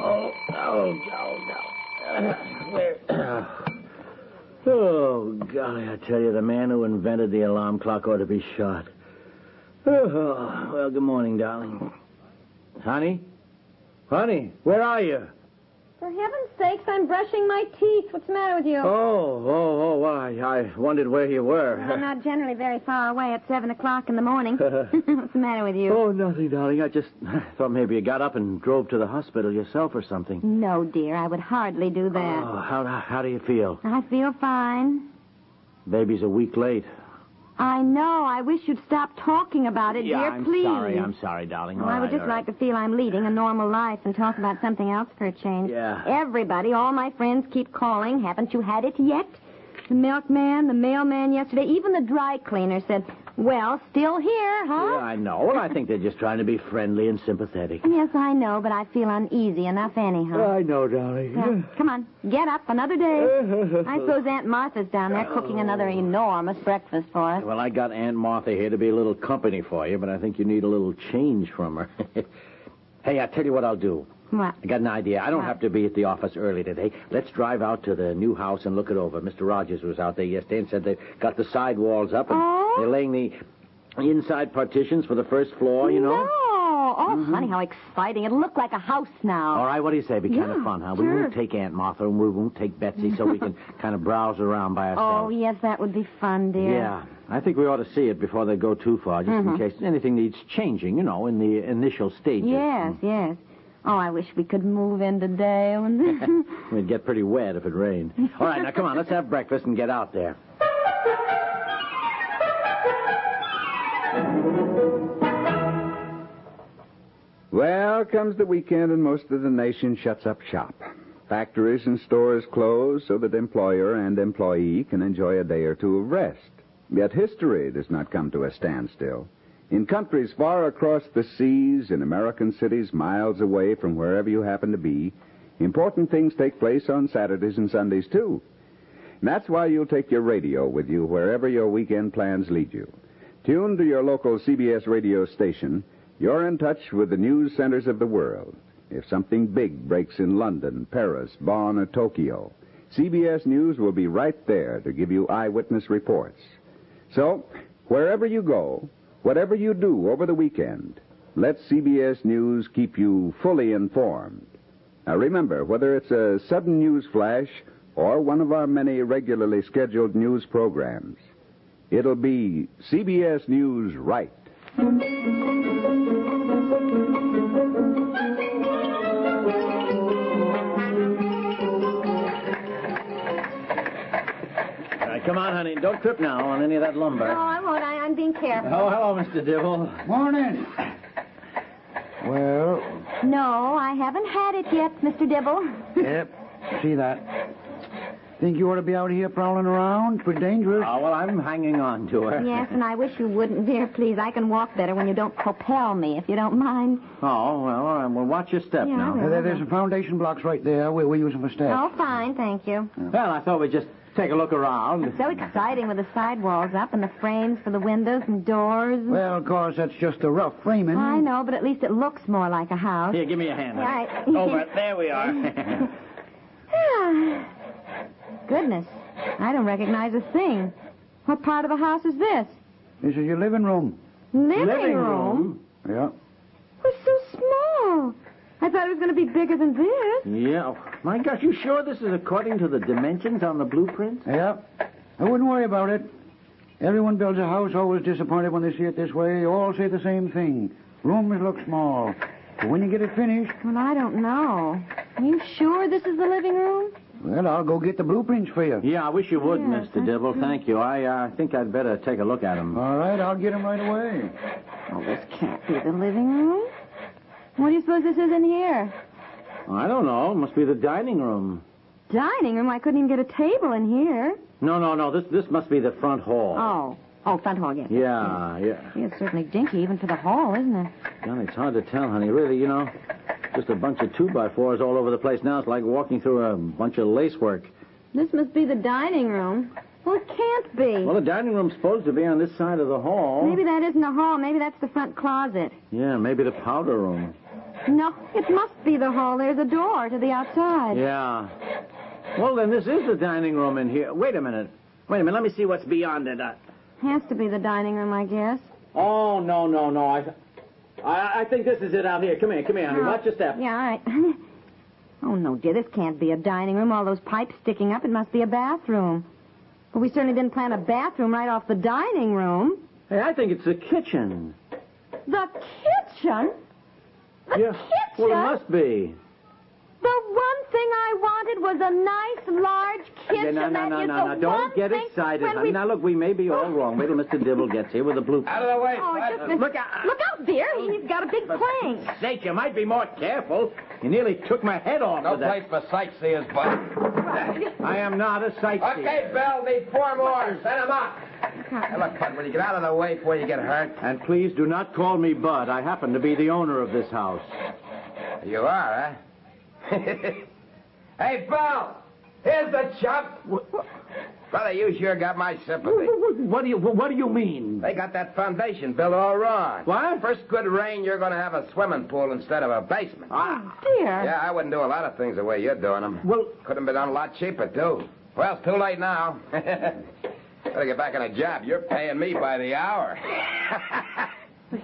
Oh, oh, no, no. Where? Oh, golly, I tell you, the man who invented the alarm clock ought to be shot. Oh, well, good morning, darling. Honey? Honey, where are you? For heaven's sakes, I'm brushing my teeth. What's the matter with you? Oh, oh, oh, I, I wondered where you I'm were. not generally very far away at 7 o'clock in the morning. What's the matter with you? Oh, nothing, darling. I just thought maybe you got up and drove to the hospital yourself or something. No, dear, I would hardly do that. Oh, how, how do you feel? I feel fine. Baby's a week late. I know. I wish you'd stop talking about it, yeah, dear, I'm please. sorry. I'm sorry, darling. Well, All I would right, just all right. like to feel I'm leading a normal life and talk about something else for a change. Yeah. Everybody, all my friends keep calling. Haven't you had it yet? The milkman, the mailman yesterday, even the dry cleaner said, Well, still here, huh? Yeah, I know, and I think they're just trying to be friendly and sympathetic. Yes, I know, but I feel uneasy enough anyhow. I know, darling. Yeah, Come on, get up another day. I suppose Aunt Martha's down there cooking another enormous breakfast for us. Well, I got Aunt Martha here to be a little company for you, but I think you need a little change from her. hey, I tell you what I'll do. What? I got an idea. I don't have to be at the office early today. Let's drive out to the new house and look it over. Mr. Rogers was out there yesterday and said they got the side walls up and Oh? they're laying the inside partitions for the first floor, you know? Mm-hmm. No. Oh, funny how exciting. It'll look like a house now. All right, what do you say? It'd be kind of Yeah, fun, huh? We sure. won't take Aunt Martha and we won't take Betsy, so we can kind of browse around by Oh, ourselves. yes, that would be fun, dear. Yeah, I think we ought to see it before they go too far, just Mm-hmm. in case anything needs changing, you know, in the initial stages. Yes, yes. Oh, I wish we could move in today. It'd get pretty wet if it rained. All right, now come on, let's have breakfast and get out there. Well, comes the weekend and most of the nation shuts up shop. Factories and stores close so that employer and employee can enjoy a day or two of rest. Yet history does not come to a standstill. In countries far across the seas, in American cities miles away from wherever you happen to be, important things take place on Saturdays and Sundays, too. And that's why you'll take your radio with you wherever your weekend plans lead you. Tune to your local CBS radio station. You're in touch with the news centers of the world. If something big breaks in London, Paris, Bonn, or Tokyo, CBS News will be right there to give you eyewitness reports. So, wherever you go, whatever you do over the weekend, let CBS News keep you fully informed. Now remember, whether it's a sudden news flash or one of our many regularly scheduled news programs, it'll be CBS News Right. All right, come on, honey, don't trip now on any of that lumber. No, I won't. I, I'm being careful. Oh, hello, Mr. Dibble. Morning. Well, No, I haven't had it yet, Mr. Dibble. yep, see that. Think you ought to be out here prowling around? It's dangerous. Oh, well, I'm hanging on to her. yes, and I wish you wouldn't, dear, please. I can walk better when you don't propel me, if you don't mind. Oh, well, all right, well, watch your step Yeah, I now. will. There, there's some foundation blocks right there. We're, we're using for steps. Oh, fine, thank you. Well, I thought we'd just take a look around. So exciting with the sidewalls up and the frames for the windows and doors. Well, of course, that's just a rough framing. I know, but at least it looks more like a house. Here, give me a hand. honey. Right. Over. There we are. Goodness, I don't recognize a thing. What part of the house is this? This is your living room. Living, Living room? Yeah. It's so small. I thought it was going to be bigger than this. Yeah. oh, My gosh, you sure this is according to the dimensions on the blueprint? Yeah. I wouldn't worry about it. Everyone builds a house always disappointed when they see it this way. They all say the same thing. Rooms look small. But when you get it finished, Well, I don't know. Are you sure this is the living room? well, I'll go get the blueprints for you. Yeah, I wish you would, Yeah, Mr. Dibble. Thank you. I uh, think I'd better take a look at them. All right, I'll get them right away. Oh, this can't be the living room. What do you suppose this is in here? I don't know. Must be the dining room. Dining room? I couldn't even get a table in here. No, no, no. This this must be the front hall. Oh. Oh, front hall, yes. Yeah, yeah. It's certainly dinky, even for the hall, isn't it? God, it's hard to tell, honey. Really, you know, just a bunch of two by fours all over the place now. It's like walking through a bunch of lacework. This must be the dining room. Well, it can't be. Well, the dining room's supposed to be on this side of the hall. Maybe that isn't the hall. Maybe that's the front closet. Yeah, maybe the powder room. No, it must be the hall. There's a door to the outside. Yeah. Well, then this is the dining room in here. Wait a minute. Wait a minute. Let me see what's beyond it. Uh, Has to be the dining room, I guess. oh no, no, no. I, I, I think this is it out here. Come here, come here. Honey. Watch your step. Oh. Yeah, all right. oh, no, dear, this can't be a dining room. All those pipes sticking up, it must be a bathroom. But we certainly didn't plan a bathroom right off the dining room. Hey, I think it's the kitchen. The kitchen? yeah. The kitchen? Well, it must be. The one thing I wanted was a nice large kitchen. no, no, That no, is no, the no. one Don't get thing excited. when honey. we- Now, look, we may be all wrong. Wait till Mr. Dibble gets here with a blue. Out of the way. Oh, What? just look out! Look out, dear! Oh. He's got a big plane. Snake, you might be more careful. You nearly took my head off No with that. place for sightseers, Bud. I am not a sightseer. Okay, Bill, need four more. Send them up. Hey, look, Bud, will you get out of the way before you get hurt? And please do not call me Bud. I happen to be the owner of this house. You are, huh? hey, Bill, here's the chump. Brother, you sure got my sympathy. What do you What do you mean? They got that foundation built all wrong. What? First good rain, you're going to have a swimming pool instead of a basement. Ah, Dear. Yeah, I wouldn't do a lot of things the way you're doing them. Well- could have been done a lot cheaper, too. Well, it's too late now. Better get back on a job. You're paying me by the hour.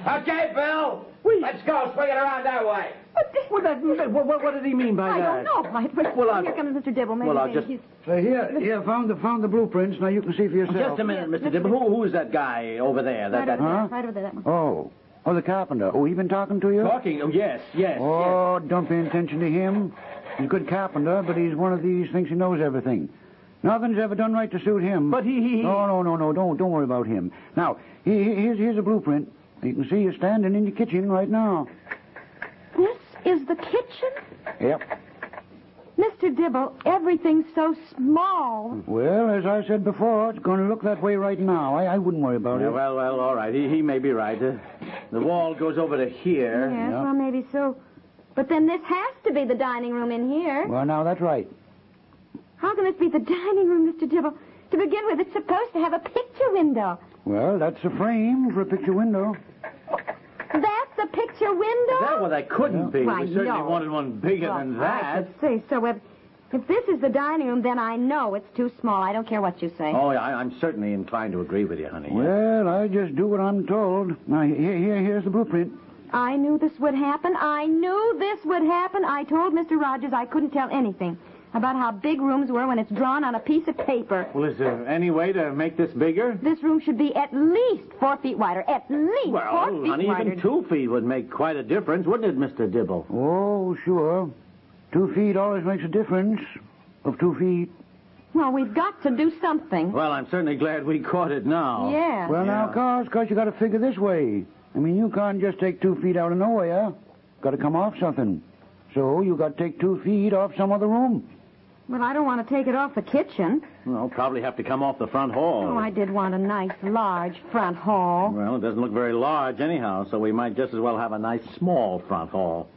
okay, Bill. Let's go. Swing it around that way. what, that, what, what, what did he mean by I that? don't know, Mike. Well, I'll- here comes Mr. Dibble. Maybe well, I'll they- just- he's- Uh, here, here, found the found the blueprints. Now you can see for yourself. Just a minute, Mr. Dibble. Who, who is that guy over there? That, right, that over there, Huh? right over there, that one. Oh, oh, the carpenter. Oh, he been talking to you? talking? Oh, yes, yes. Oh, don't pay attention to him. He's a good carpenter, but he's one of these thinks he knows everything. Nothing's ever done right to suit him. But he- he- he- No, no, no, no. Don't don't worry about him. Now, he, he- here's here's a blueprint. You can see you're standing in your kitchen right now. This is the kitchen? Yep. Mr. Dibble, everything's so small. Well, as I said before, it's going to look that way right now. I, I wouldn't worry about Yeah, it. well, well, all right. He, he may be right. Uh, the wall goes over to here. yes, well, maybe so. But then this has to be the dining room in here. Well, now that's right. How can this be the dining room, Mr. Dibble? To begin with, it's supposed to have a picture window. Well, that's a frame for a picture window. That's a picture window? That well, that couldn't be. Why, we certainly no. wanted one bigger Well, than I that. could say so. If, if this is the dining room, then I know it's too small. I don't care what you say. Oh, yeah, I, I'm certainly inclined to agree with you, honey. Well, I just do what I'm told. Now, here, here here's the blueprint. I knew this would happen. I knew this would happen. I told Mr. Rogers I couldn't tell anything about how big rooms were when it's drawn on a piece of paper. Well, is there any way to make this bigger? This room should be at least four feet wider. At least four Well, feet honey, wider. even two feet would make quite a difference, wouldn't it, Mr. Dibble? Oh, sure. Two feet always makes a difference. Of two feet. Well, we've got to do something. Well, oh. I'm certainly glad we caught it now. yeah. Well, now, Yeah. cause, cause you got to figure this way. I mean, you can't just take two feet out of nowhere. Got to come off something. So you got to take two feet off some other room. Well, I don't want to take it off the kitchen. Well, probably have to come off the front Oh, hall. I did want a nice, large front hall. Well, it doesn't look very large anyhow, so we might just as well have a nice small front hall.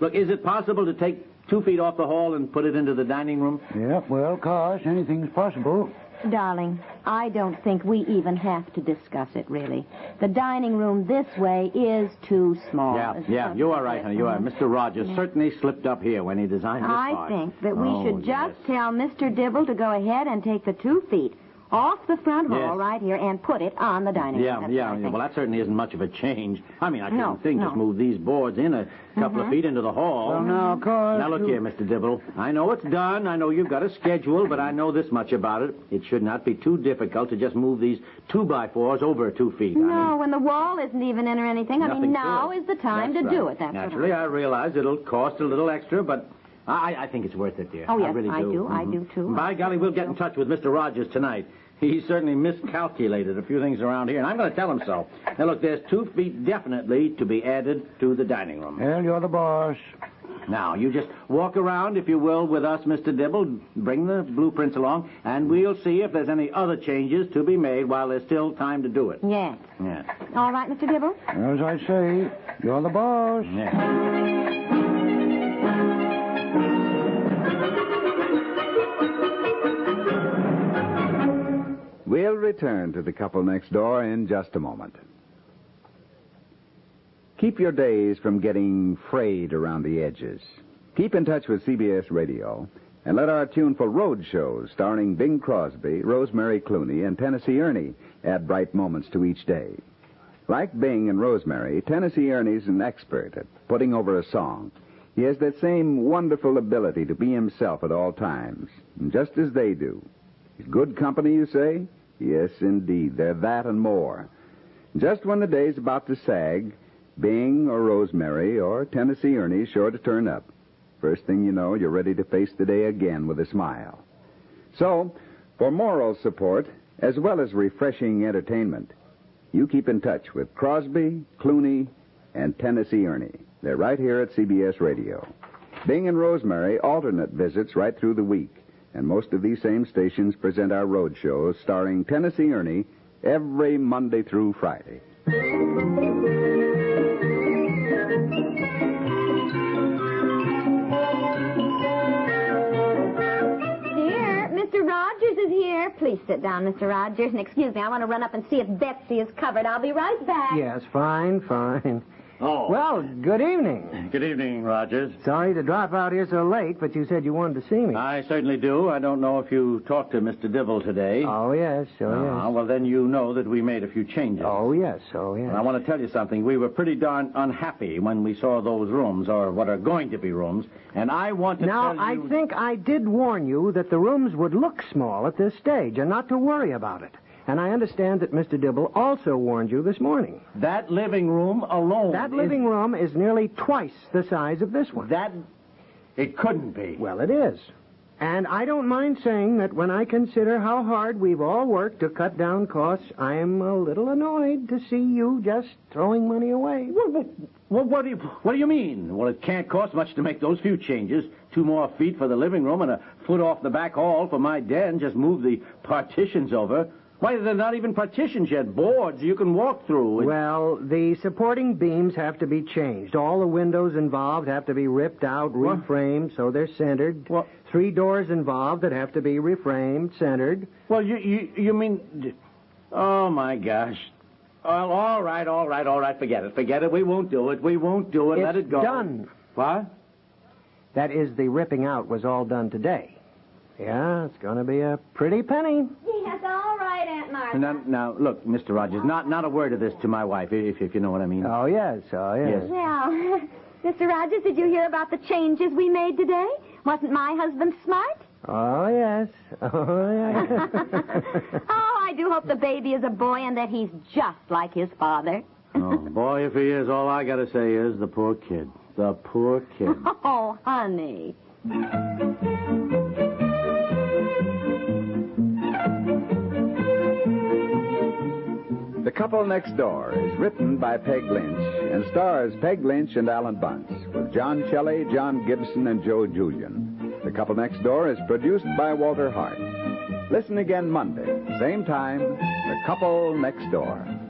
Look, is it possible to take two feet off the hall and put it into the dining room? Yep. Well, cause anything's possible. Darling, I don't think we even have to discuss it, really. The dining room this way is too small. Yeah, Oh, It's yeah, not- you are right, honey. You are. Mr. Rogers certainly slipped up here when he designed this I part. think that we Oh, should just yes. tell Mr. Dibble to go ahead and take the two feet off the front hall Yes. right here and put it on the dining Yeah, room. That's yeah, what I yeah. think. Well, that certainly isn't much of a change. I mean, I couldn't No, think just no. Mm-hmm. move these boards in a couple of feet into the hall. Well, now, cause. Now, look you- here, Mr. Dibble. I know it's done. I know you've got a schedule, but I know this much about it. It should not be too difficult to just move these two by fours over two feet. I mean, No, when the wall isn't even in or anything, I nothing mean, to now it. is the time That's to do right. it. That's what I- Naturally, I realize it'll cost a little extra, but I, I think it's worth it, dear. Oh, I yes, really Mm-hmm. I do. I do, too. By golly, we'll get in touch with Mr. Rogers tonight. He certainly miscalculated a few things around here, and I'm going to tell him so. Now, look, there's two feet definitely to be added to the dining room. Well, you're the boss. Now, you just walk around, if you will, with us, Mr. Dibble. Bring the blueprints along, and we'll see if there's any other changes to be made while there's still time to do it. Yes. Yeah. All right, Mr. Dibble? As I say, you're the boss. Yeah. We'll return to the couple next door in just a moment. Keep your days from getting frayed around the edges. Keep in touch with CBS Radio and let our tuneful road shows starring Bing Crosby, Rosemary Clooney, and Tennessee Ernie add bright moments to each day. Like Bing and Rosemary, Tennessee Ernie's an expert at putting over a song. He has that same wonderful ability to be himself at all times, just as they do. Good company, you say? Yes, indeed. They're that and more. Just when the day's about to sag, Bing or Rosemary or Tennessee Ernie's sure to turn up. First thing you know, you're ready to face the day again with a smile. So, for moral support, as well as refreshing entertainment, you keep in touch with Crosby, Clooney, and Tennessee Ernie. They're right here at CBS Radio. Bing and Rosemary alternate visits right through the week, and most of these same stations present our road shows starring Tennessee Ernie every Monday through Friday. Here, Mr. Rogers is here. Please sit down, Mr. Rogers, and excuse me. I want to run up and see if Betsy is covered. I'll be right back. Yes, fine, fine. Oh. Well, good evening. good evening, Rogers. Sorry to drop out here so late, but you said you wanted to see me. I certainly do. I don't know if you talked to Mr. Dibble today. oh, yes, Ah, oh, yes. well, then you know that we made a few changes. Oh, yes, oh, yes. And I want to tell you something. We were pretty darn unhappy when we saw those rooms, or what are going to be rooms, and I want to Now, tell I you... think I did warn you that the rooms would look small at this stage and not to worry about it. And I understand that Mr. Dibble also warned you this morning. That living room alone. That is- living room is nearly twice the size of this one. That. It couldn't be. Well, it is. And I don't mind saying that when I consider how hard we've all worked to cut down costs, I'm a little annoyed to see you just throwing money away. Well, what do you what do you mean? Well, it can't cost much to make those few changes. Two more feet for the living room and a foot off the back hall for my den. Just move the partitions over. Why, they're not even partitions yet. Boards you can walk through. It's- Well, the supporting beams have to be changed. All the windows involved have to be ripped out, reframed, so they're centered. What? Three doors involved that have to be reframed, centered. Well, you, you you mean? Oh my gosh! Well, all right, all right, all right. Forget it, forget it. We won't do it. We won't do it. Let It's it go. done. What? That is, the ripping out was all done today. Yeah, it's going to be a pretty penny. Yes, all right, Aunt Martha. Now, now, look, Mr. Rogers. Not not a word of this to my wife, if if you know what I mean. Oh, yes, oh, Yes. Well, Mr. Rogers, did you hear about the changes we made today? Wasn't my husband smart? Oh, yes. Oh, yes. oh, I do hope the baby is a boy and that he's just like his father. Oh, boy, if he is, all I gotta say is the poor kid. The poor kid. Oh, honey. The Couple Next Door is written by Peg Lynch and stars Peg Lynch and Alan Bunce with John Shelley, John Gibson, and Joe Julian. The Couple Next Door is produced by Walter Hart. Listen again Monday, same time, The Couple Next Door.